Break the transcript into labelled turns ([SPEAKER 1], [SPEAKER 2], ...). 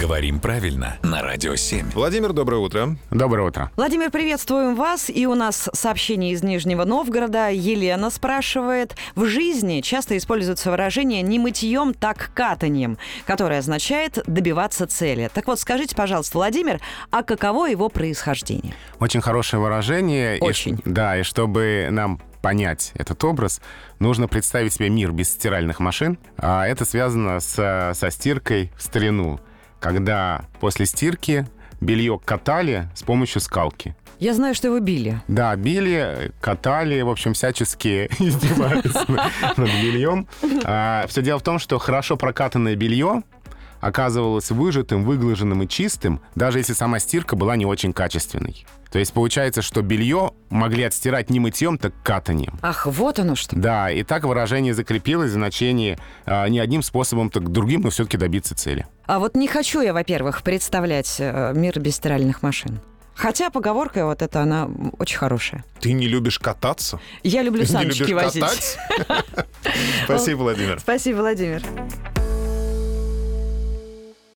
[SPEAKER 1] Говорим правильно на Радио 7.
[SPEAKER 2] Владимир, доброе утро.
[SPEAKER 3] Доброе утро.
[SPEAKER 4] Владимир, приветствуем вас. И у нас сообщение из Нижнего Новгорода. Елена спрашивает. В жизни часто используется выражение «не мытьем, так катаньем», которое означает «добиваться цели». Так вот, скажите, пожалуйста, Владимир, а каково его происхождение?
[SPEAKER 3] Очень хорошее выражение. И ш-
[SPEAKER 4] Очень.
[SPEAKER 3] да, и чтобы нам понять этот образ, нужно представить себе мир без стиральных машин. А это связано со, со стиркой в старину, когда после стирки белье катали с помощью скалки.
[SPEAKER 4] Я знаю, что его били.
[SPEAKER 3] Да, били, катали, в общем, всячески издевались над над бельем. Все дело в том, что хорошо прокатанное белье оказывалось выжатым, выглаженным и чистым, даже если сама стирка была не очень качественной. То есть получается, что белье могли отстирать не мытьем, так катанием.
[SPEAKER 4] Ах, вот оно что.
[SPEAKER 3] Да, и так выражение закрепилось в значении а, не одним способом, так другим, но все-таки добиться цели.
[SPEAKER 4] А вот не хочу я, во-первых, представлять э, мир без стиральных машин. Хотя поговорка вот эта, она очень хорошая.
[SPEAKER 2] Ты не любишь кататься?
[SPEAKER 4] Я люблю
[SPEAKER 2] не
[SPEAKER 4] саночки
[SPEAKER 2] любишь
[SPEAKER 4] возить.
[SPEAKER 2] катать? Спасибо, Владимир.
[SPEAKER 4] Спасибо, Владимир.